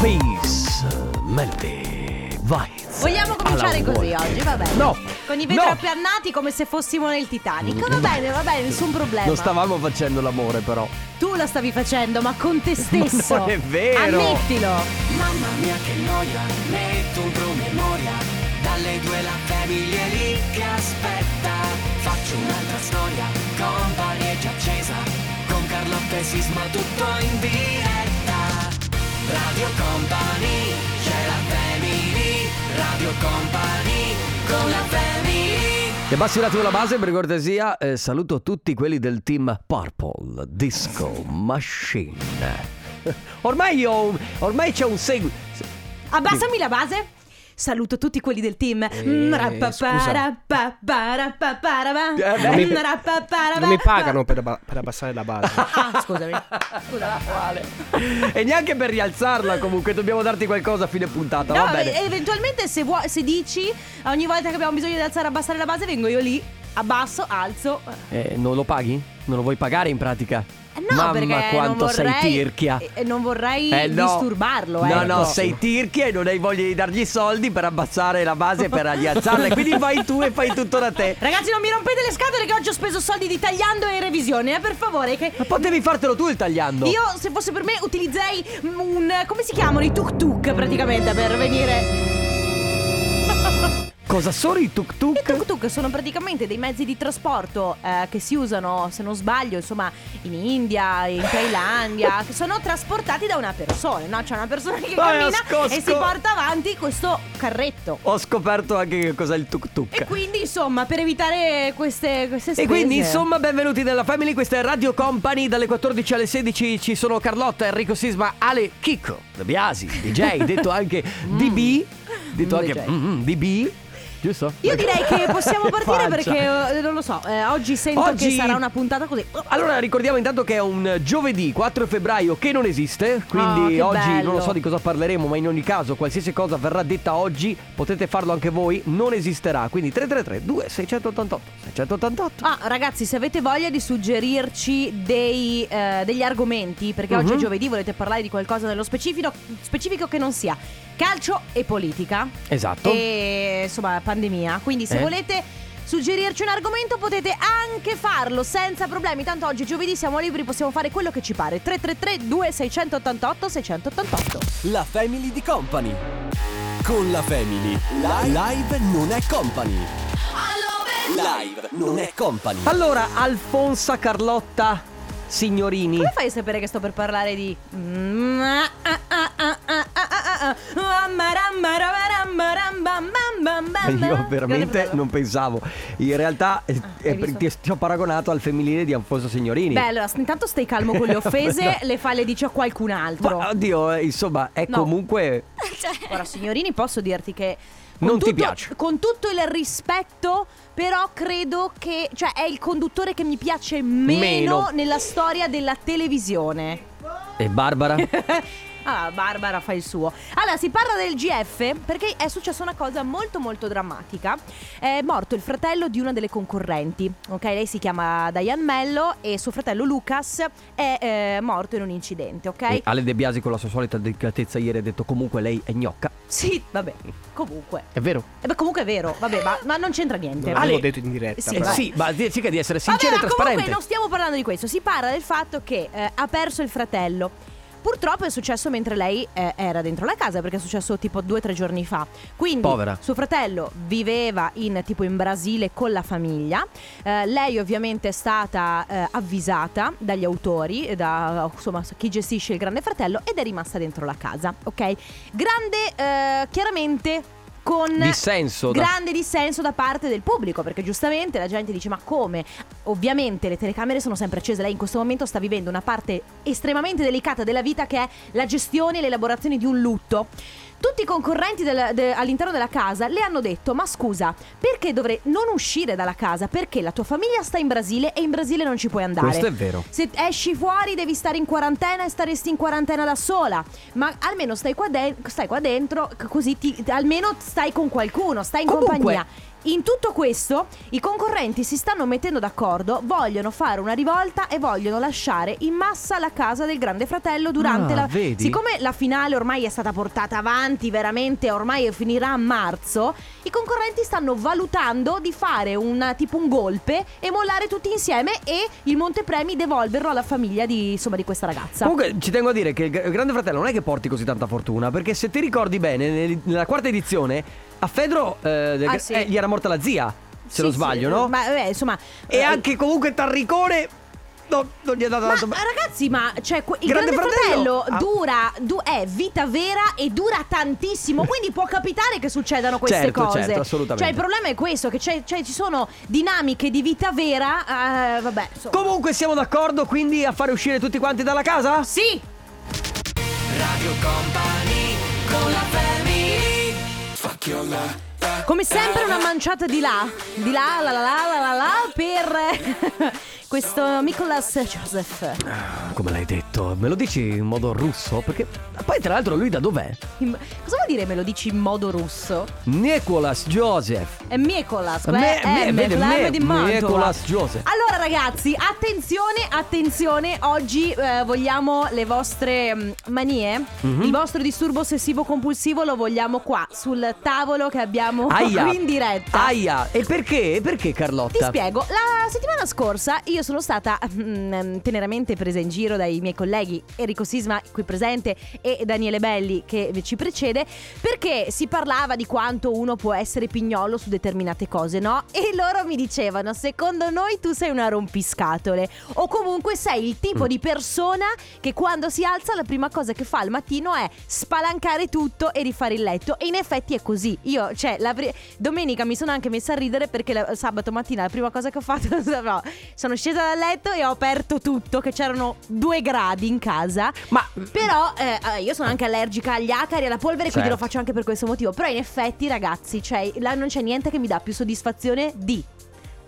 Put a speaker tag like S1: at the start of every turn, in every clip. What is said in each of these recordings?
S1: Peace, Melody, Vibes.
S2: Vogliamo cominciare
S1: Alan
S2: così
S1: Walker.
S2: oggi, va bene.
S1: No,
S2: Con i vetri
S1: no. Mm.
S2: appannati come se fossimo nel Titanic. Va bene, va bene, nessun problema.
S1: Non stavamo facendo l'amore però.
S2: Tu lo stavi facendo, ma con te stesso.
S1: non è vero.
S2: Ammettilo.
S3: Mamma mia che noia, metto un promemoria Dalle due la famiglia è lì che aspetta Faccio un'altra storia, company è già accesa Con Carlotta e Sisma tutto in diretta Radio Company, c'è la family Radio Company, con la family
S1: E abbassi un attimo la base per cortesia. Eh, saluto tutti quelli del team Purple Disco Machine. Ormai io ho un- ormai c'è un seguito.
S2: Abbassami la base. Saluto tutti quelli del team.
S1: Eh,
S2: Mm, rappa,
S4: scusa.
S2: para, pa, para, pa, para, va.
S1: Eh,
S4: Non mi,
S2: Mm, rappa, para,
S4: non mi
S2: pa, pa.
S4: pagano per, abba- per abbassare la base.
S2: Ah, scusami. Scusa.
S1: e neanche per rialzarla comunque dobbiamo darti qualcosa a fine puntata,
S2: No,
S1: va bene.
S2: e- eventualmente se, vuoi- se dici ogni volta che abbiamo bisogno di alzare e abbassare la base vengo io lì, abbasso, alzo.
S1: Eh, non lo paghi? Non lo vuoi pagare in pratica?
S2: Eh, No,
S1: Mamma
S2: perché non
S1: quanto sei
S2: vorrei-
S1: tirchia.
S2: E e non vorrei
S1: Eh, no.
S2: disturbarlo.
S1: No,
S2: ecco.
S1: no, sei tirchia e non hai voglia di dargli i soldi per abbassare la base e per rialzarla. E Quindi vai tu e fai tutto da te.
S2: Ragazzi, non mi rompete le scatole che oggi ho speso soldi di tagliando e revisione, eh, per favore. Che
S1: Ma potevi fartelo tu il tagliando.
S2: io, se fosse per me, utilizzerei mm, un. come si chiamano? I tuk tuk praticamente per venire.
S1: Cosa sono i tuk
S2: I
S1: tuk?
S2: tuk tuk sono praticamente dei mezzi di trasporto eh, che si usano, se non sbaglio, insomma, in India, in Thailandia. che sono trasportati da una persona, no? C'è una persona che
S1: Vai,
S2: cammina
S1: ascosco.
S2: e si porta avanti questo carretto.
S1: Ho scoperto anche che cos'è il tuk tuk.
S2: E quindi, insomma, per evitare queste, queste spese
S1: E quindi insomma benvenuti nella Family, questa è Radio Company, dalle 14 alle 16 ci sono Carlotta, Enrico Sisma, Ale, Chicco, De Biasi, DJ, detto anche DB, detto
S2: Mm,
S1: anche
S2: DJ.
S1: mm, DB, giusto? Ecco.
S2: Io direi che possiamo partire
S1: Faccia.
S2: perché eh, non lo so, eh, oggi sento che
S1: Oggi-
S2: sarà una puntata così. Oh,
S1: Allora ricordiamo intanto che è un giovedì 4 febbraio che non esiste,
S2: Ah,
S1: quindi
S2: che
S1: oggi
S2: bello.
S1: non lo so di cosa parleremo, ma in ogni caso qualsiasi cosa verrà detta oggi, potete farlo anche voi, non esisterà. Quindi 333 2688 688.
S2: Ah, ragazzi, se avete voglia di suggerirci dei, eh, degli argomenti, perché oggi è
S1: Mhm.
S2: giovedì, volete parlare di qualcosa nello specifico, specifico che non sia calcio e politica
S1: Esatto.
S2: e insomma pandemia. Quindi se
S1: Eh.
S2: volete suggerirci un argomento potete anche farlo senza problemi. Tanto oggi è giovedì siamo liberi, possiamo fare quello che ci pare. 333 2688 688.
S5: La Family di Company. Con la Family. Live, non è company. Live non è company.
S1: Allora Alfonsa Carlotta Signorini.
S2: Come fai a sapere che sto per parlare di. Mm, ah, ah, ah, ah, ah, ah, ah, ah, ah, maramba, rabaramba, ramba, bam, bam, bam, bam.
S1: Io
S2: Grande
S1: veramente
S2: fratello.
S1: non pensavo. In realtà eh, eh,
S2: Ah, hai visto?
S1: ti ti ho paragonato al femminile di Alfonso Signorini.
S2: Beh, allora, intanto stai calmo con le offese, le fa le dici a qualcun altro.
S1: Ma oddio, eh, insomma, è
S2: No.
S1: comunque
S2: Ora, signorini, posso dirti che. con
S1: Non ti
S2: tutto-
S1: piace.
S2: Con tutto il rispetto, però credo che. Cioè, è il conduttore che mi piace meno,
S1: Meno.
S2: nella storia della televisione.
S1: e eh, Barbara
S2: Ah, Barbara fa il suo. Allora, si parla del GF perché è successa una cosa molto molto drammatica. È morto il fratello di una delle concorrenti. Ok, lei si chiama Diane Mello e suo fratello Lucas è eh, morto in un incidente, ok?
S1: E Ale De Biasi con la sua solita delicatezza ieri ha detto comunque lei è gnocca.
S2: Sì, vabbè, comunque.
S1: È vero?
S2: Eh, beh, comunque è vero, vabbè, ma, ma non c'entra niente.
S4: Non
S1: Ale-
S4: l'avevo detto in diretta.
S2: Sì,
S1: Eh,
S4: però.
S2: vai.
S1: sì, ma di- cerca di essere
S2: Vabbè,
S1: sincero e
S2: ma
S1: trasparente.
S2: comunque non stiamo parlando di questo, si parla del fatto che eh, ha perso il fratello. Purtroppo è successo mentre lei eh, era dentro la casa, perché è successo tipo due o tre giorni fa. Quindi
S1: Povera.
S2: suo fratello viveva in, tipo in Brasile con la famiglia. Eh, lei ovviamente è stata eh, avvisata dagli autori, e da insomma, chi gestisce il grande fratello, ed è rimasta dentro la casa, ok? Grande, eh, chiaramente, con
S1: Dissenso da-
S2: grande dissenso da parte del pubblico perché giustamente la gente dice ma come ovviamente le telecamere sono sempre accese lei in questo momento sta vivendo una parte estremamente delicata della vita che è la gestione e l'elaborazione di un lutto tutti i concorrenti del- de- all'interno della casa le hanno detto ma scusa perché dovrei non uscire dalla casa perché la tua famiglia sta in Brasile e in Brasile non ci puoi andare
S1: Questo è vero.
S2: se esci fuori devi stare in quarantena e staresti in quarantena da sola. Ma almeno stai qua, de- stai qua dentro, c- così ti- almeno stai con qualcuno, stai in
S1: Comunque,
S2: compagnia. In tutto questo, i concorrenti si stanno mettendo d'accordo, vogliono fare una rivolta e vogliono lasciare in massa la casa del Grande Fratello durante
S1: Ah,
S2: la
S1: vedi?
S2: Siccome la finale ormai è stata portata avanti veramente, ormai finirà a marzo, i concorrenti stanno valutando di fare un tipo un golpe e mollare tutti insieme e il montepremi devolverlo alla famiglia di, insomma, di questa ragazza.
S1: Comunque ci tengo a dire che il Gr- Grande Fratello non è che porti così tanta fortuna, perché se ti ricordi bene, nel- nella quarta edizione a Fedro eh, del
S2: Ah,
S1: Gra-
S2: sì.
S1: eh, gli era morta la zia, se
S2: Sì,
S1: non
S2: sì,
S1: sbaglio, no?
S2: Ma vabbè, insomma
S1: E
S2: eh,
S1: anche comunque Tarricone no, non gli è dato
S2: Ma eh.
S1: tanto...
S2: ragazzi, ma cioè, que- il
S1: Grande
S2: Grande,
S1: Fratello Ah.
S2: Fratello,
S1: ha-
S2: dura, du- è vita vera e dura tantissimo, quindi può capitare che succedano queste
S1: Certo,
S2: cose.
S1: certo, assolutamente.
S2: Cioè, il problema è questo, che c'è- cioè, ci sono dinamiche di vita vera, eh, vabbè, insomma.
S1: Comunque siamo d'accordo quindi a fare uscire tutti quanti dalla casa?
S2: sì! Come sempre una manciata di là, di là, la la la la la, la per questo Nicholas Joseph.
S1: Come l'hai detto, me lo dici in modo russo? Perché poi tra l'altro lui da dov'è?
S2: In- Cosa vuol dire me lo dici in modo russo?
S1: Nicholas Joseph.
S2: È Nicolas,
S1: Me- me-
S2: è
S1: vede, me-
S2: eh, di Mantova.
S1: Nicolas Joseph.
S2: Allora ragazzi, attenzione, attenzione, oggi eh, vogliamo le vostre mm, manie,
S1: Mhm.
S2: il vostro disturbo ossessivo compulsivo lo vogliamo qua sul tavolo che abbiamo
S1: Aia.
S2: qui in diretta.
S1: Aia. E perché? E Perché
S2: Ti
S1: Carlotta?
S2: spiego, la settimana scorsa io sono stata mm, teneramente presa in giro dai miei colleghi Enrico Sisma qui presente e Daniele Belli che ci precede perché si parlava di quanto uno può essere pignolo su determinate cose, no? E loro mi dicevano, secondo noi tu sei una rompiscatole o comunque sei il tipo di persona che quando si alza la prima cosa che fa al mattino è spalancare tutto e rifare il letto e in effetti è così. Io, cioè, la pri- domenica mi sono anche messa a ridere perché la- sabato mattina la prima cosa che ho fatto no, sono scesa dal letto e ho aperto tutto che c'erano due gradi in casa.
S1: Ma
S2: Però eh, eh, io sono anche allergica agli acari e alla polvere, quindi
S1: Certo.
S2: lo faccio anche per questo motivo. Però in effetti, ragazzi, cioè, là non c'è niente che mi dà più soddisfazione di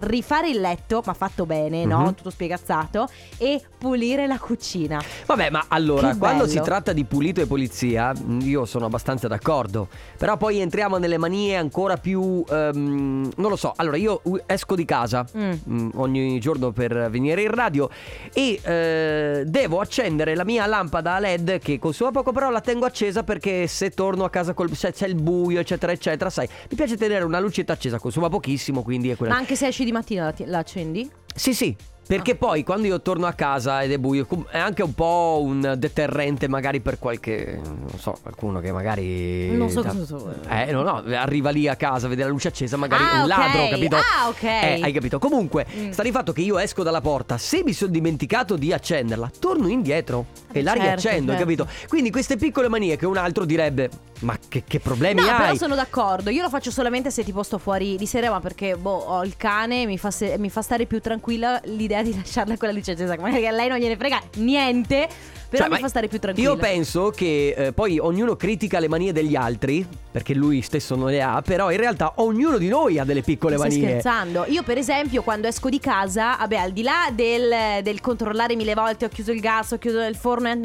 S2: rifare il letto, ma fatto bene, no?
S1: Mhm.
S2: Tutto spiegazzato, e pulire la cucina.
S1: Vabbè, ma allora,
S2: Che
S1: quando
S2: bello.
S1: si tratta di pulito e polizia, mh, io sono abbastanza d'accordo. Però poi entriamo nelle manie ancora più. ehm, non lo so. Allora, io u- esco di casa
S2: Mm.
S1: mh, ogni giorno per venire in radio e eh, devo accendere la mia lampada a LED che consuma poco, però la tengo accesa perché se torno a casa col, se c'è il buio, eccetera, eccetera, sai, mi piace tenere una lucetta accesa, consuma pochissimo, quindi è quella.
S2: Ma anche se esci di mattina la, ti- la accendi?
S1: Sì, sì.
S2: Ah.
S1: Perché poi quando io torno a casa ed è buio, com- è anche un po' un deterrente magari per qualche. Non so, qualcuno che magari.
S2: Non so
S1: da-
S2: cosa vuole.
S1: Eh, no, no, arriva lì a casa, vede la luce accesa, magari
S2: Ah,
S1: è un
S2: ok.
S1: ladro, capito?
S2: Ah, ok.
S1: Eh, hai capito? Comunque,
S2: Mm.
S1: sta di fatto che io esco dalla porta, se mi sono dimenticato di accenderla, torno indietro
S2: Vabbè,
S1: e la
S2: certo,
S1: riaccendo, hai
S2: certo.
S1: capito? Quindi queste piccole manie che un altro direbbe, ma che, che problemi
S2: no,
S1: Eh, hai?
S2: però sono d'accordo. Io lo faccio solamente se tipo sto fuori di sera, ma perché boh, ho il cane, mi fa, se- mi fa stare più tranquilla l'idea di lasciarla quella luce accesa. che Magari a lei non gliene frega niente, però
S1: Cioè,
S2: mi
S1: ma
S2: fa stare più tranquilla.
S1: Io penso che eh, poi ognuno critica le manie degli altri, perché lui stesso non le ha, però in realtà ognuno di noi ha delle piccole
S2: Stai
S1: manie.
S2: scherzando? Io, per esempio, quando esco di casa, vabbè, al di là del, del controllare mille volte, ho chiuso il gas, ho chiuso il forno, e-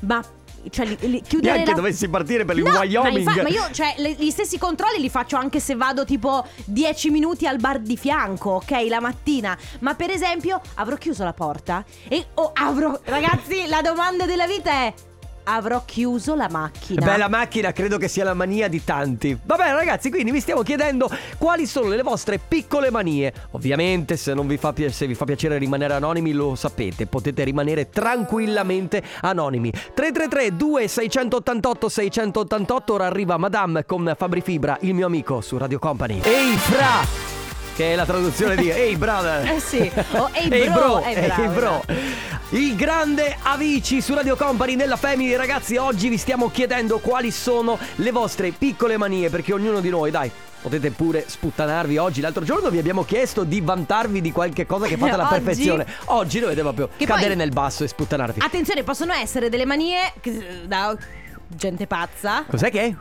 S2: ma cioè, li- li- chiudere
S1: Neanche
S2: la-
S1: dovessi partire per il
S2: No,
S1: Wyoming.
S2: Ma, infa- ma io, cioè, le- gli stessi controlli li faccio anche se vado tipo 10 minuti al bar di fianco, ok? La mattina. Ma per esempio, avrò chiuso la porta e o avrò. Ragazzi, la domanda della vita è: avrò chiuso la macchina?
S1: Beh, la macchina credo che sia la mania di tanti. Vabbè, ragazzi, quindi vi stiamo chiedendo quali sono le vostre piccole manie. Ovviamente, se, non vi, fa pi- se vi fa piacere rimanere anonimi, lo sapete, potete rimanere tranquillamente anonimi. 333-2688-688, ora arriva Madame con Fabri Fibra, il mio amico su Radio Company. Ehi, fra! Che è la traduzione di Ehi, brother!
S2: Eh sì, o Ehi,
S1: Ehi,
S2: bro,
S1: bro!
S2: eh,
S1: Ehi,
S2: bravo,
S1: bro! Il grande Avici su Radio Company nella Family, ragazzi, oggi vi stiamo chiedendo quali sono le vostre piccole manie, perché ognuno di noi, dai, potete pure sputtanarvi oggi. L'altro giorno vi abbiamo chiesto di vantarvi di qualche cosa che fate alla
S2: Oggi?
S1: perfezione. Oggi dovete proprio
S2: Che poi-
S1: cadere nel basso e sputtanarvi.
S2: Attenzione, possono essere delle manie che- da gente pazza.
S1: Cos'è che è?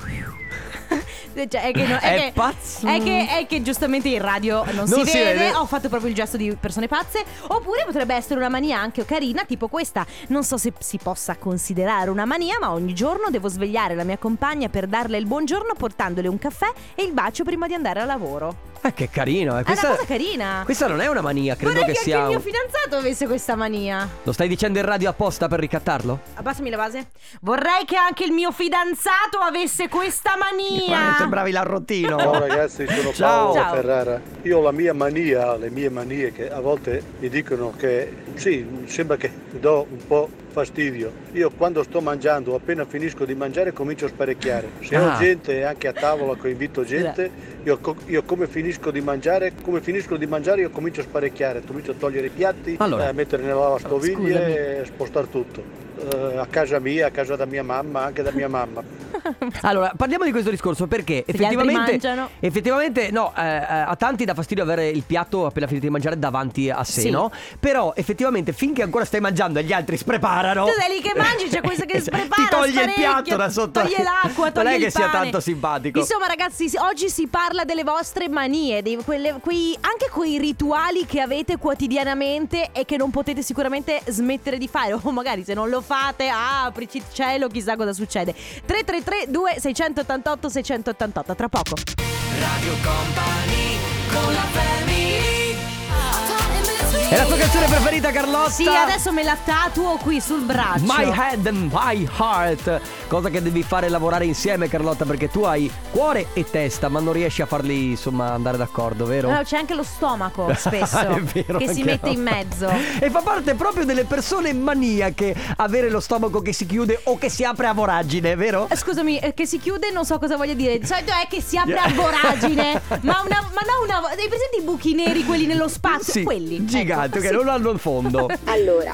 S2: Cioè, è che, no-
S1: È
S2: è, che-
S1: pazzo.
S2: è che- è che giustamente in radio non, si, vede. Ho fatto proprio il gesto di persone pazze. Oppure potrebbe essere una mania anche oh, carina, tipo questa. Non so se si possa considerare una mania, ma ogni giorno devo svegliare la mia compagna per darle il buongiorno portandole un caffè e il bacio prima di andare a lavoro.
S1: Eh, che carino,
S2: È
S1: eh.
S2: una
S1: Questa,
S2: cosa carina.
S1: questa non è una mania, credo
S2: Vorrei
S1: che
S2: che,
S1: sia.
S2: anche il mio
S1: un-
S2: fidanzato avesse questa mania.
S1: Lo stai dicendo in radio apposta per ricattarlo?
S2: Abbassami la base. Vorrei che anche il mio fidanzato avesse questa
S1: Guarda che
S2: mania.
S1: sembravi l'arrotino.
S6: Ciao ragazzi, sono
S1: Ciao.
S6: Paolo
S2: Ciao.
S6: Ferrara. Io ho la mia mania, le mie manie che a volte mi dicono che sì, sembra che do un po' fastidio. Io quando sto mangiando, appena finisco di mangiare comincio a sparecchiare. Se
S1: Ah.
S6: ho gente anche a tavola che invito gente, io, co- io come finisco di mangiare, come finisco di mangiare io comincio a sparecchiare, comincio a togliere i piatti,
S1: Allora.
S6: eh, a mettere nella lavastoviglie e spostare tutto. Eh, a casa mia, a casa da mia mamma, anche da mia mamma.
S1: Allora, parliamo di questo discorso
S2: gli
S1: perché
S2: altri
S1: effettivamente.
S2: mangiano.
S1: Effettivamente, no, eh, eh, a tanti dà fastidio avere il piatto appena finito di mangiare davanti a sé,
S2: Sì.
S1: no? Però effettivamente finché ancora stai mangiando e gli altri spreparano.
S2: Tu sei lì che mangi, c'è questo che
S1: Esatto.
S2: sprepara.
S1: Ti toglie il
S2: sparecchia,
S1: piatto da sotto.
S2: Toglie l'acqua, toglie
S1: Non è
S2: il
S1: che sia
S2: pane.
S1: tanto simpatico.
S2: Insomma, ragazzi, sì, oggi si parla delle vostre manie, dei- quelle- quei- anche quei rituali che avete quotidianamente e che non potete sicuramente smettere di fare. O magari se non lo fate, ah, aprici il cielo, chissà cosa succede. 333-2688-688, tra poco.
S1: È la tua canzone preferita, Carlotta?
S2: Sì, adesso me la tatuo qui sul braccio.
S1: My head and my heart. Cosa che devi fare lavorare insieme, Carlotta, perché tu hai cuore e testa, ma non riesci a farli, insomma, andare d'accordo, vero?
S2: No, Eh, c'è anche lo stomaco spesso
S1: È vero,
S2: che si
S1: anche
S2: mette
S1: no.
S2: in mezzo.
S1: E fa parte proprio delle persone maniache avere lo stomaco che si chiude o che si apre a voragine, vero?
S2: Eh, Scusami, eh, che si chiude, non so cosa voglia dire. Di solito è che si apre a voragine. ma, una, ma no, una. Hai presente i buchi neri, quelli nello spazio?
S1: Sì,
S2: quelli.
S1: giganti,
S2: Ecco,
S1: che
S2: sì.
S1: non hanno il fondo.
S7: Allora,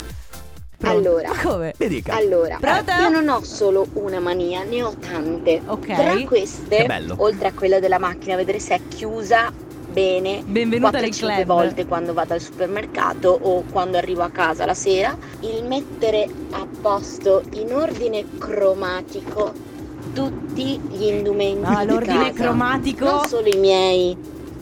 S7: allora,
S2: Ma come?
S1: Mi dica.
S7: allora,
S2: Pronto?
S7: io non ho solo una mania, ne ho tante.
S2: Ok.
S7: Tra
S1: Che
S7: queste,
S1: bello.
S7: oltre a quella della macchina, vedere se è chiusa bene
S2: Benvenuta
S7: 4-5
S2: nel club.
S7: volte quando vado al supermercato o quando arrivo a casa la sera, il mettere a posto in ordine cromatico tutti gli indumenti
S2: Ah,
S7: di
S2: l'ordine
S7: casa.
S2: cromatico.
S1: Ecco.
S7: Non solo i miei,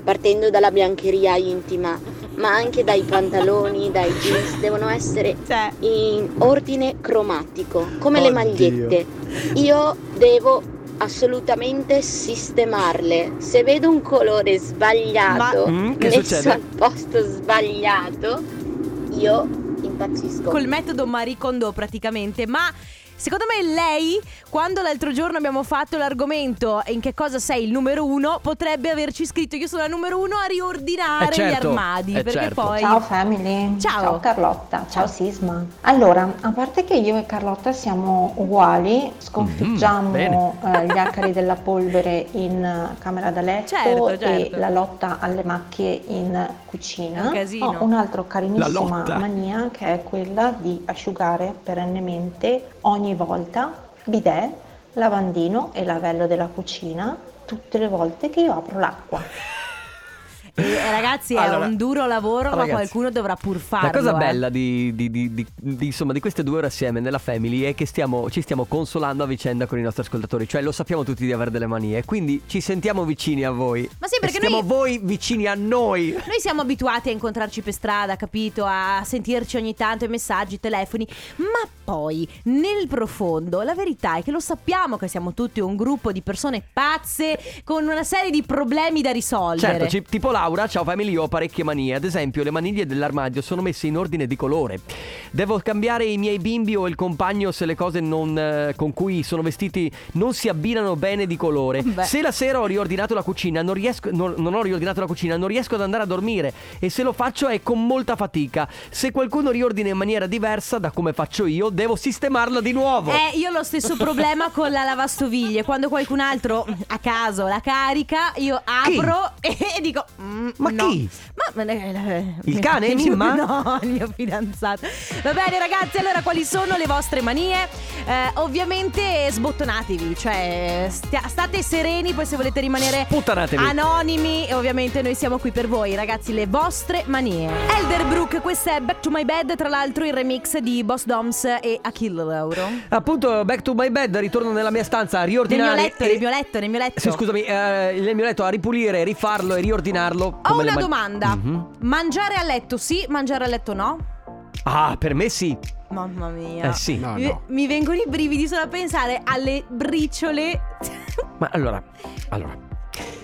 S7: partendo dalla biancheria intima, ma anche dai pantaloni, dai jeans, devono essere
S2: Cioè,
S7: in ordine cromatico, come le
S4: Oddio.
S7: magliette. Io devo assolutamente sistemarle. Se vedo un colore sbagliato,
S1: Ma- mm, che
S7: messo
S1: succede?
S7: al posto sbagliato, io impazzisco.
S2: col metodo Marie Kondo praticamente, ma secondo me lei, quando l'altro giorno abbiamo fatto l'argomento eh, in che cosa sei il numero uno, potrebbe averci scritto io sono la numero uno a riordinare
S1: Eh,
S2: gli
S1: certo,
S2: armadi,
S1: eh,
S2: perché
S1: certo.
S2: poi...
S8: Ciao family,
S2: Ciao.
S8: Carlotta, ciao Sisma. Allora, a parte che io e Carlotta siamo uguali,
S2: Mm,
S1: Mhm,
S8: sconfiggiamo
S1: bene.
S8: eh, gli acari della polvere in eh, camera da letto
S2: Certo, certo.
S8: e la lotta alle macchie in cucina.
S2: Un casino.
S8: Ho un'altra
S1: La
S8: carinissima
S1: lotta.
S8: mania che è quella di asciugare perennemente ogni volta bidet, lavandino e lavello della cucina tutte le volte che io apro l'acqua.
S2: Eh, ragazzi, è
S1: Allora,
S2: un duro lavoro,
S1: ragazzi,
S2: ma qualcuno dovrà pur farlo.
S1: La cosa
S2: eh.
S1: bella di, di- di- di- di- insomma, di queste due ore assieme nella Family è che stiamo- ci stiamo consolando a vicenda con i nostri ascoltatori, cioè lo sappiamo tutti di avere delle manie, quindi ci sentiamo vicini a voi.
S2: Ma sì,
S1: E
S2: perché
S1: Stiamo
S2: noi-
S1: voi vicini a noi.
S2: Noi siamo abituati a incontrarci per strada, capito? A sentirci ogni tanto i messaggi, i telefoni, ma poi nel profondo la verità è che lo sappiamo che siamo tutti un gruppo di persone pazze con una serie di problemi da risolvere.
S1: Certo, ci- tipo Laura, ciao family, io ho parecchie manie. Ad esempio, le maniglie dell'armadio sono messe in ordine di colore. Devo cambiare i miei bimbi o il compagno se le cose non, eh, con cui sono vestiti non si abbinano bene di colore.
S2: Beh.
S1: Se la sera ho riordinato la cucina, non, riesco, non, non ho riordinato la cucina, non riesco ad andare a dormire. E se lo faccio è con molta fatica. Se qualcuno riordina in maniera diversa da come faccio io, devo sistemarla di nuovo.
S2: Eh, io ho lo stesso problema con la lavastoviglie. Quando qualcun altro a caso la carica, io
S1: Chi?
S2: apro e, e dico: "Mm,
S1: Ma
S2: no."
S1: chi?
S2: Ma eh,
S1: Il
S2: mio-
S1: cane,
S2: il mio-
S1: Mimma?
S2: No, il mio fidanzato. Va bene, ragazzi, allora quali sono le vostre manie? Eh, ovviamente sbottonatevi, cioè stia- state sereni, poi se volete rimanere
S1: Puttanatevi.
S2: anonimi e ovviamente noi siamo qui per voi ragazzi le vostre manie Elderbrook questa è Back to My Bed tra l'altro il remix di Boss Doms e Achille Lauro
S1: Appunto, back to my bed, ritorno nella mia stanza a
S2: nel mio
S1: riordinare.
S2: letto
S1: e-
S2: nel mio letto nel mio letto
S1: Sì, scusami, eh, nel mio letto a ripulire, rifarlo e riordinarlo.
S2: ho
S1: come le
S2: una
S1: ma-
S2: domanda
S1: Mhm.
S2: mangiare a letto sì mangiare a letto no
S1: Ah, per me sì.
S2: mamma mia
S1: Eh sì.
S4: No,
S2: Mi-
S4: no.
S2: mi vengono i brividi solo a pensare alle briciole
S1: Ma allora, allora.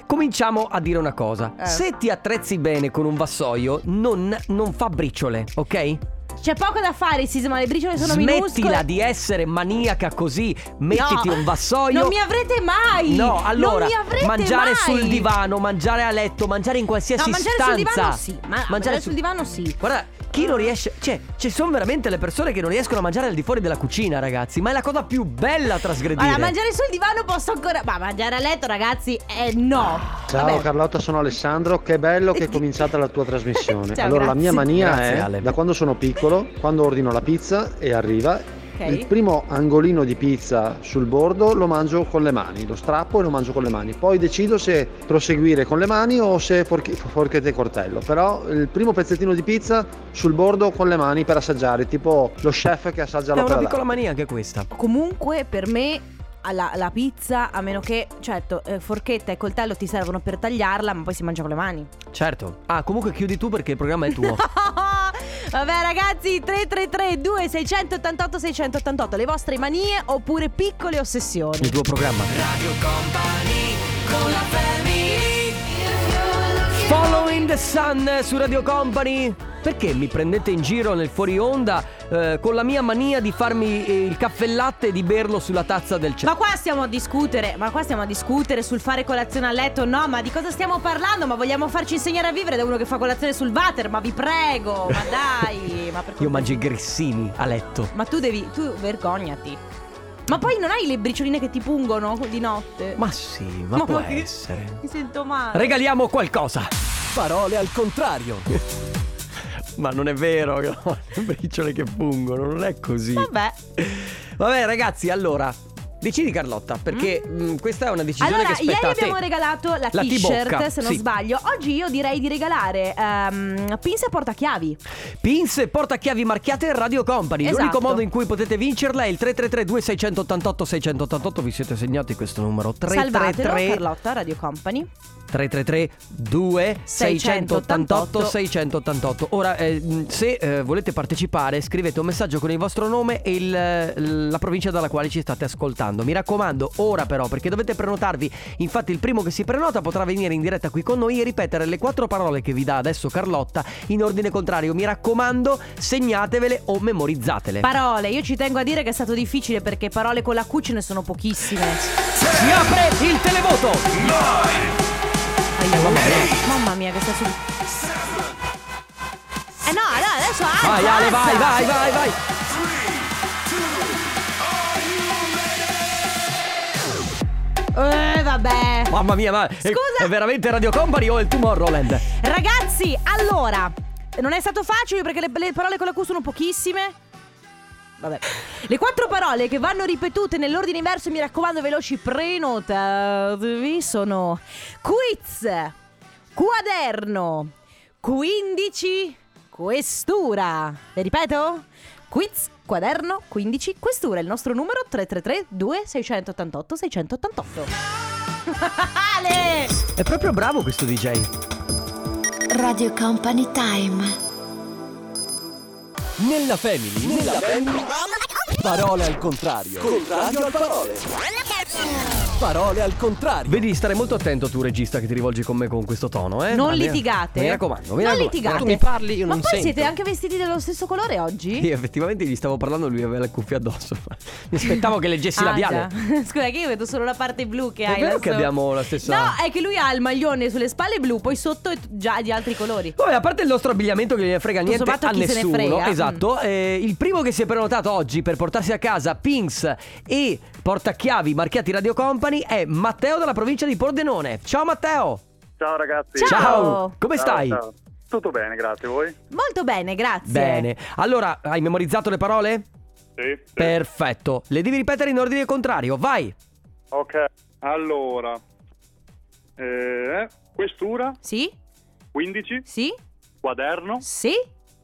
S1: Cominciamo a dire una cosa.
S2: Eh.
S1: Se ti attrezzi bene con un vassoio, non, non fa briciole, ok?
S2: C'è poco da fare, Sisma, le briciole sono
S1: Smettila
S2: minuscole.
S1: di essere maniaca così. Mettiti
S2: No,
S1: un vassoio.
S2: Non mi avrete mai!
S1: No, allora,
S2: non mi avrete
S1: mangiare
S2: mai.
S1: sul divano, mangiare a letto, mangiare in
S2: No,
S1: qualsiasi
S2: mangiare
S1: stanza.
S2: sul divano sì. Ma mangiare, sul divano sì.
S1: Guarda, chi non riesce. Cioè, ci sono veramente le persone che non riescono a mangiare al di fuori della cucina, ragazzi. Ma è la cosa più bella a trasgredire.
S2: Allora, mangiare sul divano posso ancora. Ma mangiare a letto, ragazzi, eh no.
S4: Ciao
S2: Vabbè.
S4: Carlotta, sono Alessandro, che bello che è cominciata la tua trasmissione.
S2: Ciao,
S4: allora, la mia
S2: grazie.
S4: mania
S1: Grazie,
S4: è
S1: Ale.
S4: da quando sono piccolo, quando ordino la pizza e arriva,
S2: Ok.
S4: il primo angolino di pizza sul bordo lo mangio con le mani, lo strappo e lo mangio con le mani. Poi decido se proseguire con le mani o se forchi- forchette e coltello. Però il primo pezzettino di pizza sul bordo con le mani per assaggiare, tipo lo chef che assaggia
S1: È
S4: la
S1: una piccola mania anche questa.
S2: Comunque, per me. La, la pizza, a meno che, certo, eh, forchetta e coltello ti servono per tagliarla, ma poi si mangia con le mani.
S1: Certo. Ah, comunque chiudi tu perché il programma è tuo.
S2: Vabbè ragazzi 333 2688 688 Le vostre manie oppure piccole ossessioni
S1: il tuo programma. Following the Sun su Radio Company. Perché mi prendete in giro nel fuori onda eh, con la mia mania di farmi eh, il caffè latte e di berlo sulla tazza del
S2: Ma
S1: cielo?
S2: qua stiamo a discutere Ma qua stiamo a discutere sul fare colazione a letto No ma di cosa stiamo parlando Ma vogliamo farci insegnare a vivere da uno che fa colazione sul water Ma vi prego Ma dai ma per
S1: Io mangio i grissini a letto.
S2: Ma tu devi Tu vergognati Ma poi non hai le bricioline che ti pungono di notte
S1: Ma sì, ma,
S2: Ma
S1: può
S2: che-
S1: essere.
S2: Mi sento male
S1: Regaliamo qualcosa.
S5: Parole al contrario.
S1: Ma non è vero, che ho le briciole che fungono, non è così.
S2: Vabbè
S1: Vabbè, ragazzi, allora. Decidi Carlotta, perché mh, questa è una decisione
S2: Mm. Allora,
S1: che spetta
S2: ieri
S1: a te.
S2: abbiamo regalato la,
S1: La
S2: t-shirt,
S1: T-bocca,
S2: se non
S1: sì.
S2: sbaglio. Oggi io direi di regalare ehm, pinza e portachiavi.
S1: Pinze, portachiavi marchiate Radio Company.
S2: Esatto.
S1: L'unico modo in cui potete vincerla è il 333-2688-688. Vi siete segnati questo numero?
S2: Salvatelo,
S1: 333
S2: Carlotta, Radio Company.
S1: Ecco. 333 2688 688 Ora, eh, mh, se eh, volete partecipare, scrivete un messaggio con il vostro nome e il, eh, la provincia dalla quale ci state ascoltando. Mi raccomando, ora però, perché dovete prenotarvi. Infatti, il primo che si prenota potrà venire in diretta qui con noi e ripetere le quattro parole che vi dà adesso Carlotta in ordine contrario. Mi raccomando, segnatevele o memorizzatele.
S2: Parole, io ci tengo a dire che è stato difficile perché parole con la Q ce ne sono pochissime.
S1: si apre il televoto!
S2: Ai, ai, ai. Mamma mia, che sta su. Eh no, no, adesso alza,
S1: Vai, Ale, vai,
S2: alza.
S1: vai, vai, vai!
S2: Eh, vabbè.
S1: Mamma mia, ma è-
S2: Scusa.
S1: È, veramente Radio Company o è il Tomorrowland?
S2: Ragazzi, allora, non è stato facile perché le, le parole con la Q sono pochissime. Vabbè. Le quattro parole che vanno ripetute nell'ordine inverso, mi raccomando, veloci, prenotatevi, sono quiz, quaderno, 15, questura. Le ripeto? Quiz, quaderno, 15, questura. Il nostro numero 333 2688 688. Ale!
S1: È proprio bravo questo DJ.
S9: Radio Company Time.
S5: Nella family. Nella family. Parole al contrario. Contrario al parole. Parole al contrario.
S1: Vedi, stare molto attento tu, regista, che ti rivolgi con me con questo tono, eh?
S2: Non
S1: Ma mi-
S2: litigate.
S1: Mi raccomando, mi
S2: non
S1: raccomando.
S2: litigate.
S1: Tu mi parli, io
S2: Ma
S1: non
S2: poi
S1: sento.
S2: siete anche vestiti dello stesso colore oggi?
S1: Io effettivamente gli stavo parlando, lui aveva le cuffie addosso. Mi aspettavo che leggessi
S2: Ah,
S1: la labiale.
S2: già. Scusa, che io vedo solo la parte blu che
S1: È
S2: hai.
S1: vero
S2: lassù.
S1: che abbiamo la stessa-
S2: No, è che lui ha il maglione sulle spalle blu, poi sotto è t- già di altri colori.
S1: Vabbè, a parte il nostro abbigliamento che non gliene frega niente
S2: sommato
S1: a
S2: chi se ne
S1: nessuno,
S2: frega. Mm.
S1: esatto. eh, il primo che si è prenotato oggi per portarsi a casa Pinks e portachiavi marchiati Radio Company è Matteo dalla provincia di Pordenone. Ciao Matteo!
S10: Ciao ragazzi.
S2: Ciao.
S1: Come
S10: Ciao,
S1: stai?
S10: ciao. Tutto bene, grazie. Voi?
S2: Molto bene, grazie.
S1: Bene. Allora, hai memorizzato le parole?
S10: Sì. sì.
S1: Perfetto. Le devi ripetere in ordine contrario. Vai.
S10: Ok, allora. eh, questura,
S2: Sì?
S10: 15,
S2: Sì?
S10: quaderno
S2: Sì?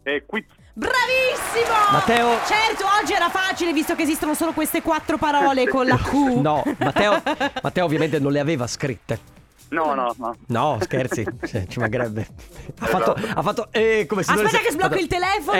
S10: e quiz.
S2: Bravissimo!
S1: Matteo.
S2: Certo, oggi era facile visto che esistono solo
S10: Uh.
S2: queste quattro parole con la Q.
S1: No, Matteo, Matteo ovviamente non le aveva scritte.
S10: No, no, no.
S1: No, scherzi, cioè, ci mancherebbe. Ha fatto. Ha fatto eh, come si
S2: Aspetta
S1: dovesse-
S2: che sblocco
S1: ha fatto-
S2: il telefono.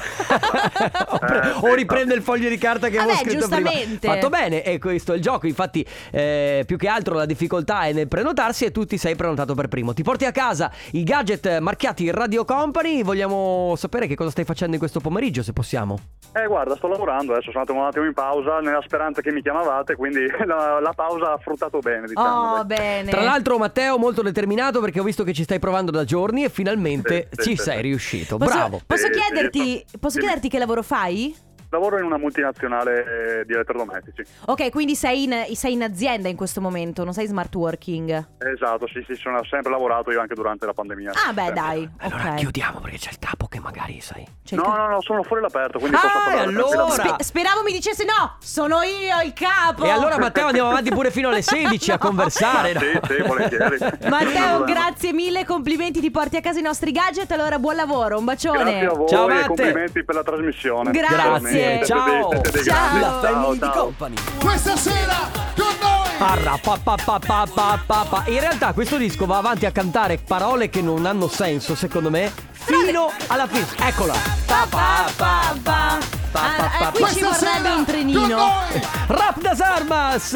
S1: Esatto. o, pre- o riprende il foglio di carta che avevo
S2: Vabbè,
S1: scritto prima.
S2: giustamente.
S1: Fatto bene, e questo è il gioco. Infatti, eh, più che altro la difficoltà è nel prenotarsi e tu ti sei prenotato per primo. Ti porti a casa i gadget marchiati Radio Company. Vogliamo sapere che cosa stai facendo in questo pomeriggio, se possiamo.
S10: Eh, guarda, sto lavorando adesso, sono andato un attimo in pausa nella speranza che mi chiamavate, quindi la, la pausa ha fruttato bene, diciamo.
S2: Oh,
S10: dai.
S2: bene.
S1: Tra l'altro, Matteo, molto determinato perché ho visto che ci stai provando da giorni e finalmente
S10: Sì, sì,
S1: ci
S10: sì,
S1: sei
S10: sì.
S1: riuscito.
S2: Posso-
S1: Bravo.
S2: Posso
S10: Sì, sì,
S2: chiederti,
S10: sì.
S2: posso
S10: Eh, Dimmi.
S2: chiederti che lavoro fai?
S10: Lavoro in una multinazionale eh, di elettrodomestici.
S2: Ok, quindi sei in, sei in azienda in questo momento, non sei smart working.
S10: Esatto, sì, sì, sono sempre lavorato io anche durante la pandemia.
S2: Ah, beh,
S10: Sempre.
S2: dai.
S1: Allora
S2: ok.
S1: chiudiamo perché c'è il capo che magari sai.
S2: C'è il
S10: No,
S2: ca-
S10: no, no, sono fuori all'aperto, quindi
S1: Ah,
S10: posso parlare
S1: allora!
S10: tranquillamente.
S2: Spe- speravo mi dicesse no, sono io il capo.
S1: E allora Matteo andiamo avanti pure fino alle 16 a
S2: No.
S1: conversare. Oh. no?
S10: Sì, sì, volentieri.
S2: Matteo,
S10: Allora,
S2: grazie mille, complimenti, ti porti a casa i nostri gadget. Allora, buon lavoro, un bacione.
S10: Grazie a voi
S1: Ciao,
S10: e
S1: Matte.
S10: complimenti per la trasmissione.
S2: Grazie.
S10: Veramente,
S1: Ciao.
S10: siete dei- siete dei
S2: Ciao.
S10: grandi.
S5: La Family
S10: Ciao,
S5: di
S10: ciao.
S5: Company.
S1: Parra, pa, pa, pa, pa, pa, pa, pa. In realtà questo disco va avanti a cantare parole che non hanno senso, secondo me, fino alla fine. Eccola. Pa, pa, pa, pa, pa, pa,
S2: Ah,
S1: pa,
S2: eh, qui ci vorrebbe un trenino.
S1: pa. Rap das armas.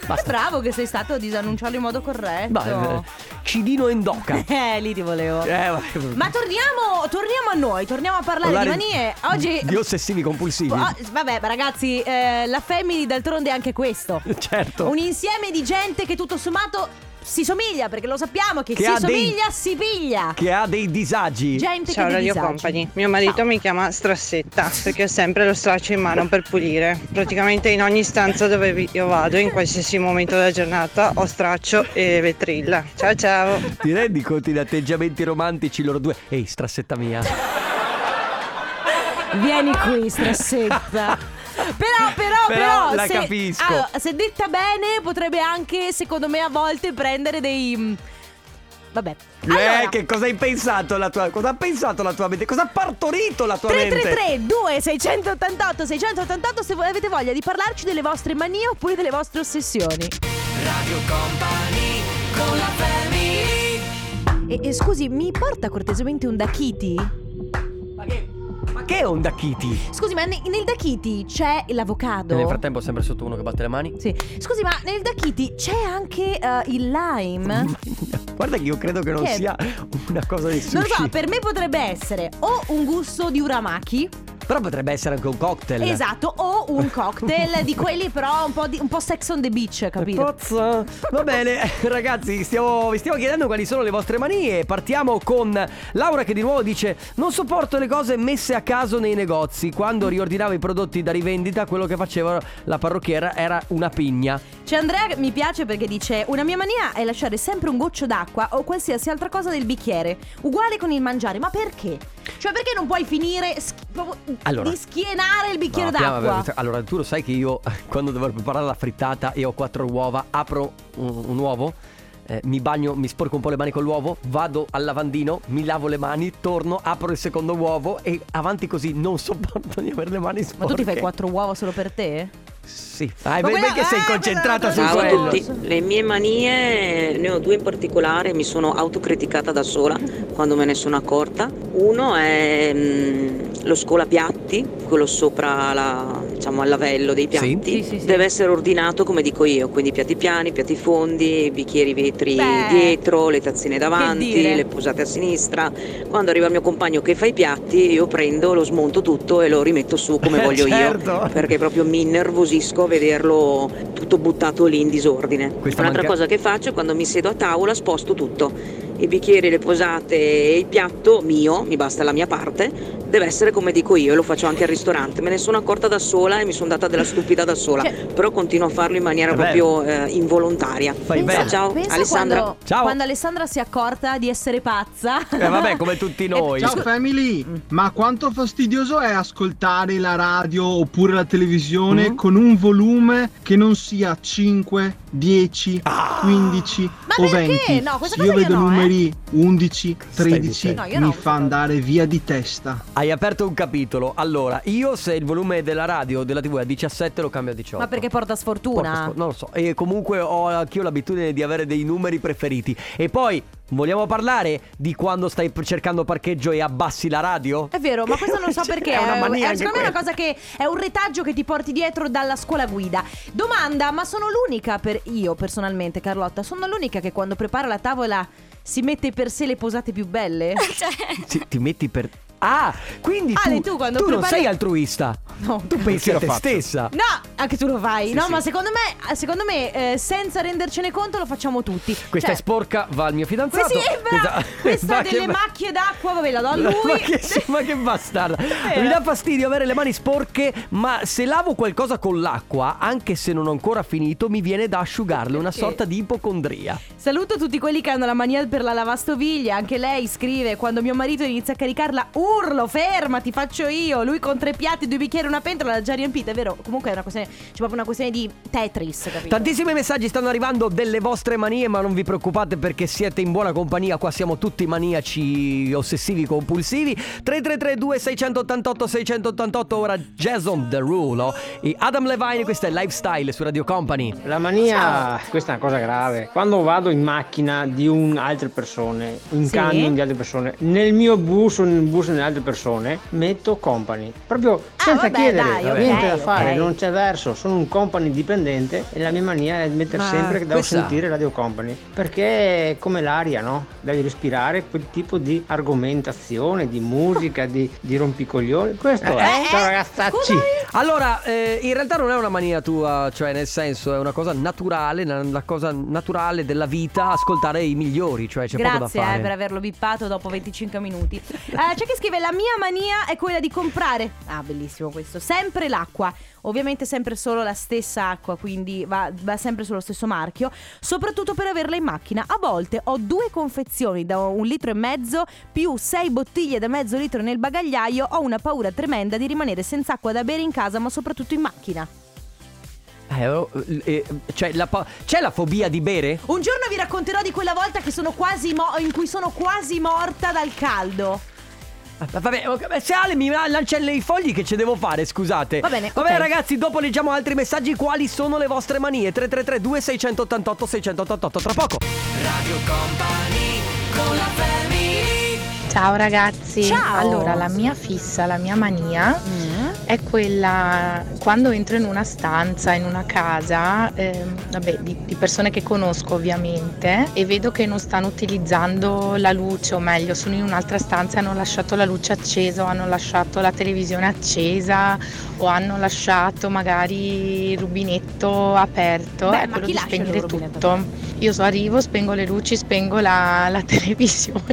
S2: Che
S1: Basta.
S2: bravo che sei stato a disannunciarlo in modo corretto.
S1: Bah, eh, Cidino Endoca.
S2: Eh, lì ti volevo.
S1: Eh, va-
S2: Ma torniamo, torniamo a noi, torniamo a parlare
S1: Parlare
S2: di manie. Oggi.
S1: Di ossessivi compulsivi.
S2: Oh, vabbè, ma ragazzi, eh, la family d'altronde è anche questo.
S1: Certo.
S2: Un insieme di gente che tutto sommato si somiglia, perché lo sappiamo che,
S1: Che
S2: si
S1: ha dei-
S2: somiglia, si piglia.
S1: Che ha dei disagi.
S2: Gente
S11: Ciao
S2: che
S11: Radio
S2: disagi.
S11: Company, mio marito
S2: Ciao.
S11: mi chiama Strassetta perché ho sempre lo straccio in mano per pulire. Praticamente in ogni stanza dove vi- io vado, in qualsiasi momento della giornata, ho straccio e vetrilla. Ciao ciao!
S1: Ti rendi conto di atteggiamenti romantici loro due? Ehi, strassetta mia.
S2: Vieni qui, strassetta. però, però, però.
S1: Però la
S2: se,
S1: capisco.
S2: allora, se detta bene, potrebbe anche, secondo me, a volte prendere dei. mm, Vabbè. Allora,
S1: Eh, che cosa hai pensato la tua... Cosa ha pensato la tua mente? Cosa ha partorito la tua mente?
S2: 333 2688 688 se voi avete voglia di parlarci delle vostre manie oppure delle vostre ossessioni. E, e scusi, mi porta cortesemente un Dakiti?
S1: Ma che... Ma che onda Kitty?
S2: Scusi, ma ne- nel Dakiti c'è l'avocado?
S1: Nel frattempo sempre sotto uno che batte le mani.
S2: Sì. Scusi, ma nel Dakiti c'è anche eh, il
S1: Mm,
S2: lime?
S1: Guarda che io credo che non
S2: Che-
S1: sia una cosa di sushi.
S2: Non lo so, per me potrebbe essere o un gusto di uramaki,
S1: Però potrebbe essere anche un cocktail.
S2: esatto, o un cocktail di quelli però un po', di- un po' sex on the beach, capito?
S1: Pozzo. Va bene, ragazzi, stiamo, vi stiamo chiedendo quali sono le vostre manie. Partiamo con Laura che di nuovo dice: Non sopporto le cose messe a caso nei negozi. Quando riordinavo i prodotti da rivendita, quello che faceva la parrucchiera era una pigna.
S2: C'è Andrea che mi piace perché dice una mia mania è lasciare sempre un goccio d'acqua o qualsiasi altra cosa del bicchiere, uguale con il mangiare, ma perché? Cioè perché non puoi finire schi- proprio mm,
S1: Allora.
S2: di schienare il bicchiere
S1: No,
S2: d'acqua?
S1: abbiamo- allora, tu lo sai che io quando dovrò preparare la frittata e ho quattro uova, apro un, un uovo. eh, mi bagno, mi sporco un po' le mani con l'uovo, vado al lavandino, mi lavo le mani, torno, apro il secondo uovo e avanti così non sopporto di avere le mani sporche.
S2: Ma tu ti fai quattro uova solo per te?
S1: Sì. Ah,
S2: Ma
S1: beh,
S2: quella-
S1: perché sei
S2: eh,
S1: concentrata su
S2: però-
S12: Ciao a
S1: quello?
S12: tutti, le mie manie ne ho due in particolare, mi sono autocriticata da sola quando me ne sono accorta. Uno è mm, lo scolapiatti, quello sopra la, diciamo, al lavello dei
S1: Sì.
S12: piatti,
S2: Sì, sì, sì.
S12: deve essere ordinato come dico io, quindi piatti piani, piatti fondi, bicchieri vetri
S2: Beh,
S12: dietro, le tazzine
S2: dire.
S12: davanti, le posate a sinistra. Quando arriva il mio compagno che fa i piatti, io prendo, lo smonto tutto e lo rimetto su come
S1: Eh,
S12: voglio
S1: certo.
S12: io, perché proprio mi innervosisco a vederlo tutto buttato lì in disordine.
S1: Questa
S12: Un'altra
S1: manca-
S12: cosa che faccio è quando mi siedo a tavola sposto tutto. I bicchieri, le posate e il piatto mio, mi basta la mia parte, deve essere come dico io, e lo faccio anche al ristorante. Me ne sono accorta da sola e mi sono data della stupida da sola,
S2: Cioè-
S12: però continuo a farlo in maniera
S1: Eh beh.
S12: proprio eh, involontaria.
S1: Fai
S2: Pensa-
S1: bene.
S12: Ciao,
S2: pensa
S12: Alessandra.
S2: Quando,
S1: Ciao.
S2: quando Alessandra si è accorta di essere pazza.
S1: Eh, vabbè, come tutti noi.
S2: Ciao,
S11: family,
S2: Mm.
S11: ma quanto fastidioso è ascoltare la radio oppure la televisione
S1: Mm.
S11: con un volume che non sia 5, 10, 15
S12: Ah.
S2: Ma perché? No, questa cosa io no, eh.
S13: numeri 11, 13
S1: No, io no,
S13: mi fa andare via di testa.
S1: Hai aperto un capitolo. Allora, io se il volume della radio o della TV è a 17 lo cambio a 18.
S2: Ma perché porta sfortuna?
S1: Porca sfor- non lo so. E comunque ho anch'io l'abitudine di avere dei numeri preferiti. E poi vogliamo parlare di quando stai p- cercando parcheggio e abbassi la radio?
S2: È vero, ma questo non lo so
S1: Cioè,
S2: perché.
S1: è una mania anche
S2: secondo me è una cosa
S1: questa.
S2: che è un retaggio che ti porti dietro dalla scuola guida. Domanda, ma sono l'unica per io personalmente, Carlotta, sono l'unica che quando prepara la tavola si mette per sé le posate più belle?
S1: Sì, ti metti per Ah, quindi
S2: Ale,
S1: tu,
S2: tu quando
S1: non
S2: prepari-
S1: sei altruista.
S2: No.
S1: Tu pensi
S14: Perché
S1: a
S14: l'ho
S1: te
S14: fatto?
S1: stessa.
S2: No, anche tu lo fai.
S1: Sì,
S2: no,
S1: sì.
S2: ma secondo me, secondo me eh, senza rendercene conto lo facciamo tutti.
S1: Questa
S2: Cioè,
S1: è sporca, va al mio fidanzato.
S2: Questa, eh, bra- questa
S1: Ma
S2: ha
S1: che
S2: delle
S1: be-
S2: macchie d'acqua, vabbè, la do a
S1: Ma
S2: lui.
S1: che, ma che bastarda.
S2: Vero.
S1: Mi dà fastidio avere le mani sporche, ma se lavo qualcosa con l'acqua, anche se non ho ancora finito, mi viene da asciugarle, una
S2: Perché?
S1: sorta di ipocondria.
S2: Saluto tutti quelli che hanno la mania per la lavastoviglie. Anche lei scrive: Quando mio marito inizia a caricarla, urlo, fermati, faccio io. Lui con tre piatti, due bicchieri, una pentola l'ha già riempita. È vero, comunque è una questione, c'è proprio una questione di Tetris, capito?
S1: Tantissimi messaggi stanno arrivando delle vostre manie, ma non vi preoccupate perché siete in buona compagnia. Qua siamo tutti maniaci ossessivi compulsivi. 3332 688 688 ora Jason Derulo e Adam Levine, questa è Lifestyle su Radio Company.
S15: La mania, questa è una cosa grave. Quando vado in macchina di un altre persone, in
S1: Sì.
S15: camion di altre persone, nel mio bus o nel bus delle altre persone, metto company. Proprio senza
S2: Ah, vabbè,
S15: chiedere,
S2: dai, ok,
S15: niente da fare,
S2: ok.
S15: non c'è verso. Sono un company dipendente e la mia mania è mettere
S2: Ma
S15: sempre che devo
S2: questa-
S15: sentire Radio Company. Perché è come l'aria, no? Devi respirare quel tipo di argomentazione, di musica, di, di rompicoglioni. Questo
S2: Eh,
S15: è. Ciao eh, ragazzacci!
S1: Allora, eh, in realtà non è una mania tua, cioè nel senso è una cosa naturale, una, una cosa naturale della vita, ascoltare i migliori, cioè c'è poco da
S2: Grazie
S1: fare.
S2: eh, per averlo bippato dopo 25 minuti. Eh, c'è chi scrive: La mia mania è quella di comprare. Ah, bellissimo questo. Sempre l'acqua. Ovviamente sempre solo la stessa acqua, quindi va, va sempre sullo stesso marchio. Soprattutto per averla in macchina. A volte ho due confezioni da un litro e mezzo più sei bottiglie da mezzo litro nel bagagliaio. Ho una paura tremenda di rimanere senza acqua da bere in casa, ma soprattutto in macchina.
S1: Eh, oh, eh, cioè, la pa- c'è la fobia di bere? Oh,
S2: Un giorno vi racconterò di quella volta che sono quasi mo- in cui sono quasi morta dal caldo.
S1: Ma Vabbè, ma se Ale mi lancia i fogli che ce devo fare, scusate.
S2: Va bene,
S1: Vabbè
S2: ok.
S1: ragazzi, dopo leggiamo altri messaggi. Quali sono le vostre manie? 3332 688 688 tra poco.
S3: Radio Company con la family
S16: Ciao ragazzi,
S3: Ciao.
S16: allora la mia fissa, la mia mania è quella quando entro in una stanza, in una casa, ehm, vabbè, di, di persone che conosco ovviamente e vedo che non stanno utilizzando la luce, o meglio sono in un'altra stanza e hanno lasciato la luce accesa o hanno lasciato la televisione accesa o hanno lasciato magari il rubinetto aperto,
S2: Beh,
S16: è
S2: ma
S16: quello di
S2: chi lascia il
S16: spegnere
S2: rubinetto
S16: tutto. Io so, arrivo, spengo le luci, spengo la, la televisione.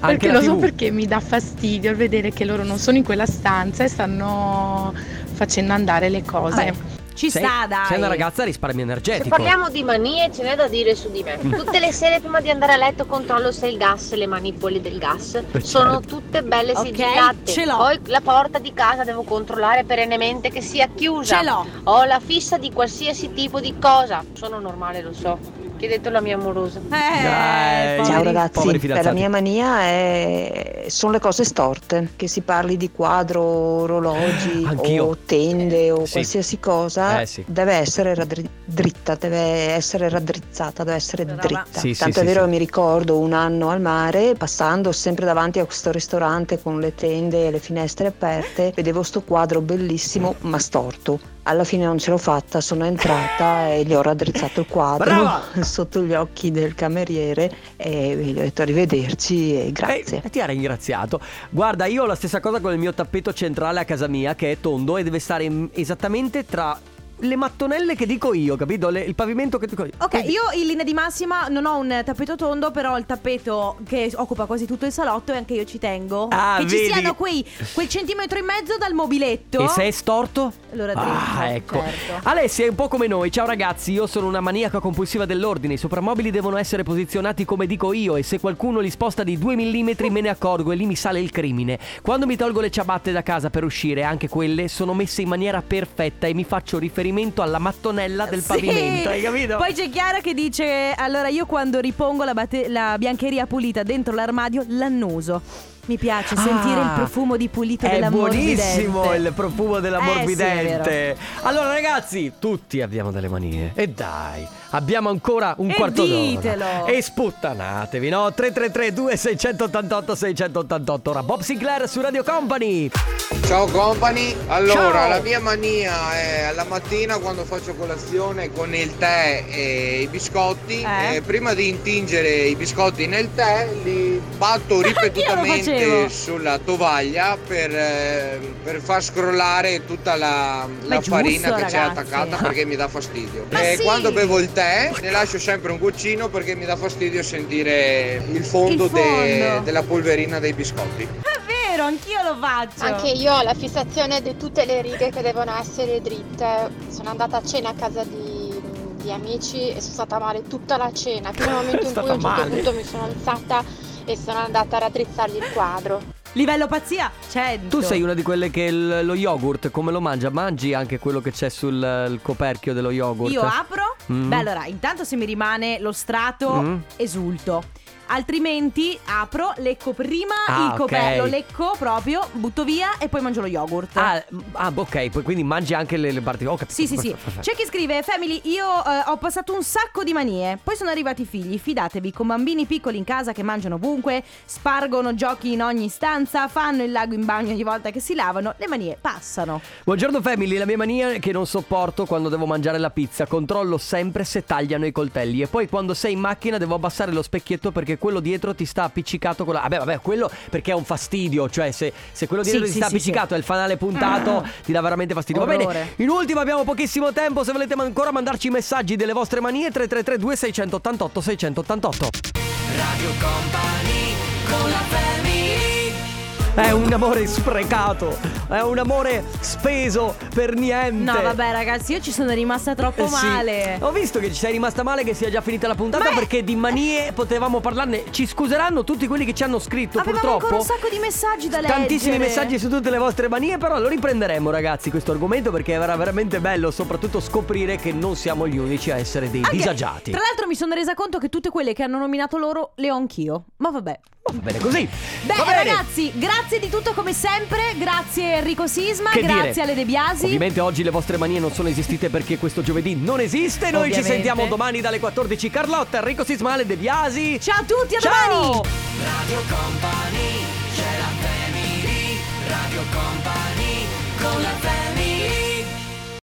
S1: Anche
S16: Perché
S1: la
S16: lo so
S1: TV.
S16: perché mi dà fastidio il vedere che loro non sono in quella stanza e stanno facendo andare le
S2: Ah,
S16: cose.
S2: Ci
S1: Sei- Sei una ragazza a risparmio energetico.
S17: Se parliamo di manie, ce n'è da dire su di me.
S1: Mm.
S17: Tutte le sere prima di andare a letto controllo se il gas, le manipole del gas sono tutte belle
S2: Ok,
S17: sigillate.
S2: ce l'ho.
S17: Poi la porta di casa devo controllare perennemente che sia chiusa.
S2: Ce l'ho.
S17: Ho la fissa di qualsiasi tipo di cosa. Sono normale, lo so. Chiedetelo alla mia amorosa.
S2: Eh,
S1: Dai, Eh, poveri-
S18: Ciao
S1: poveri
S18: ragazzi, Beh, la
S1: fidanzati.
S18: mia mania è... Eh, sono le cose storte, che si parli di quadro, orologi
S1: Anch'io.
S18: o tende o
S1: Sì.
S18: qualsiasi cosa,
S1: Eh, sì.
S18: deve essere raddri- dritta, deve essere raddrizzata, deve essere dritta.
S1: Sì, sì,
S18: Tanto
S1: sì,
S18: è vero
S1: sì.
S18: che mi ricordo un anno al mare, passando sempre davanti a questo ristorante con le tende e le finestre aperte, vedevo sto quadro bellissimo ma storto. Alla fine non ce l'ho fatta, sono entrata e gli ho raddrizzato il quadro
S1: Brava!
S18: sotto gli occhi del cameriere e gli ho detto arrivederci e
S16: Eh,
S18: grazie.
S1: Eh, E ti ha ringraziato. Guarda, io ho la stessa cosa con il mio tappeto centrale a casa mia, che è tondo e deve stare in- esattamente tra le mattonelle che dico io, capito? Le- il pavimento che dico io.
S2: Ok, io in linea di massima non ho un tappeto tondo, però ho il tappeto che occupa quasi tutto il salotto e anche io ci tengo.
S1: Ah,
S2: che
S1: vedi?
S2: ci siano quei, quel centimetro e mezzo dal mobiletto.
S1: E se è storto?
S2: Allora dritto,
S1: Ah, ecco.
S2: certo.
S1: Alessia è un po' come noi. Ciao ragazzi, io sono una maniaca compulsiva dell'ordine. I soprammobili devono essere posizionati come dico io e se qualcuno li sposta di 2 mm me ne accorgo e lì mi sale il crimine. Quando mi tolgo le ciabatte da casa per uscire, anche quelle sono messe in maniera perfetta e mi faccio riferire riferimento alla mattonella del pavimento, hai capito?
S2: Poi c'è Chiara che dice: Allora, io quando ripongo la, bate- la biancheria pulita dentro l'armadio, l'annuso. Mi piace sentire
S1: Ah,
S2: il profumo di pulito
S1: È
S2: della
S1: buonissimo
S2: morbidente.
S1: il profumo della
S2: Eh, sì, è
S1: morbidente. allora, ragazzi, tutti abbiamo delle manie. E dai, abbiamo ancora un
S2: E
S1: quarto
S2: ditelo.
S1: d'ora. E sputtanatevi, no? 333-2688-688. Ora Bob Sinclair su Radio Company.
S14: Ciao company, allora
S1: Ciao.
S14: la mia mania è alla mattina quando faccio colazione con il tè e i biscotti, eh, prima di intingere i biscotti nel tè li batto
S19: facevo.
S14: ripetutamente sulla tovaglia per, eh, per far scrollare tutta la,
S19: Ma
S14: la
S19: è giusto,
S14: farina che c'è
S19: ragazzi.
S14: attaccata perché mi dà fastidio.
S19: Ma
S14: e
S19: sì.
S14: quando bevo il tè ne lascio sempre un goccino perché mi dà fastidio sentire il fondo,
S17: Il
S14: de-
S17: fondo.
S14: della polverina dei biscotti.
S2: È vero, anch'io lo
S16: eh,
S2: faccio.
S20: Anche io ho la fissazione di tutte le righe che devono essere dritte. Sono andata a cena a casa di, di amici e sono stata male tutta la cena, fino al momento in
S2: È
S20: cui
S2: stata
S20: a un certo
S2: male.
S20: punto mi sono alzata e sono andata a raddrizzargli il quadro.
S2: Livello pazzia 100.
S1: Tu sei una di quelle che il- lo yogurt, come lo mangia? Mangi anche quello che c'è sul il coperchio dello yogurt?
S2: Io apro.
S1: Mm.
S2: Beh, allora, intanto se mi rimane lo strato,
S1: Mm.
S2: esulto. Altrimenti apro, lecco prima
S1: Ah,
S2: il coperchio, lo
S1: ok.
S2: lecco proprio, butto via e poi mangio lo yogurt.
S1: Ah, m- ah, ok, poi quindi mangi anche le, le parti. Ho capito.
S2: Sì, sì, sì.
S1: Perfetto.
S2: C'è chi scrive: Family, io eh, ho passato un sacco di manie. Poi sono arrivati i figli. Fidatevi, con bambini piccoli in casa che mangiano ovunque, spargono giochi in ogni stanza, fanno il lago in bagno ogni volta che si lavano. Le manie passano.
S1: Buongiorno family, la mia mania è che non sopporto quando devo mangiare la pizza, controllo sempre se tagliano i coltelli e poi quando sei in macchina devo abbassare lo specchietto perché quello dietro ti sta appiccicato con la... Vabbè, vabbè, quello perché è un fastidio, cioè se, se quello
S5: Sì,
S1: dietro ti
S5: sì,
S1: sta
S5: sì,
S1: appiccicato e il fanale puntato ti dà veramente fastidio. Va
S5: Orrore.
S1: bene, in ultimo abbiamo pochissimo tempo, se volete man- ancora mandarci messaggi delle vostre manie 333 2688 688.
S3: Radio Company con la
S1: È un amore sprecato, è un amore speso per niente.
S2: No, vabbè, ragazzi, io ci sono rimasta troppo
S1: Eh sì.
S2: male.
S1: Ho visto che ci sei rimasta male che sia già finita la puntata perché di manie potevamo parlarne. Ci scuseranno tutti quelli che ci hanno scritto
S2: Avevamo ancora
S1: purtroppo.
S2: un sacco di messaggi da leggere.
S1: Tantissimi messaggi su tutte le vostre manie, però lo riprenderemo ragazzi questo argomento perché era veramente bello, soprattutto scoprire che non siamo gli unici a essere dei
S2: Anche-
S1: disagiati.
S2: Tra l'altro mi sono resa conto che tutte quelle che hanno nominato loro le ho anch'io. Ma vabbè.
S1: Va bene così.
S2: Beh,
S1: Va bene.
S2: ragazzi, grazie di tutto come sempre. Grazie Enrico Sisma,
S1: Che
S2: grazie
S1: dire?
S2: Ale De Biasi.
S1: Ovviamente oggi le vostre manie non sono esistite perché questo giovedì non esiste. Noi
S2: Ovviamente.
S1: ci sentiamo domani dalle 14. Carlotta, Enrico Sismale, De Biasi.
S2: Ciao a tutti, a domani.
S3: Radio Company, c'è la family, Radio Company con la family.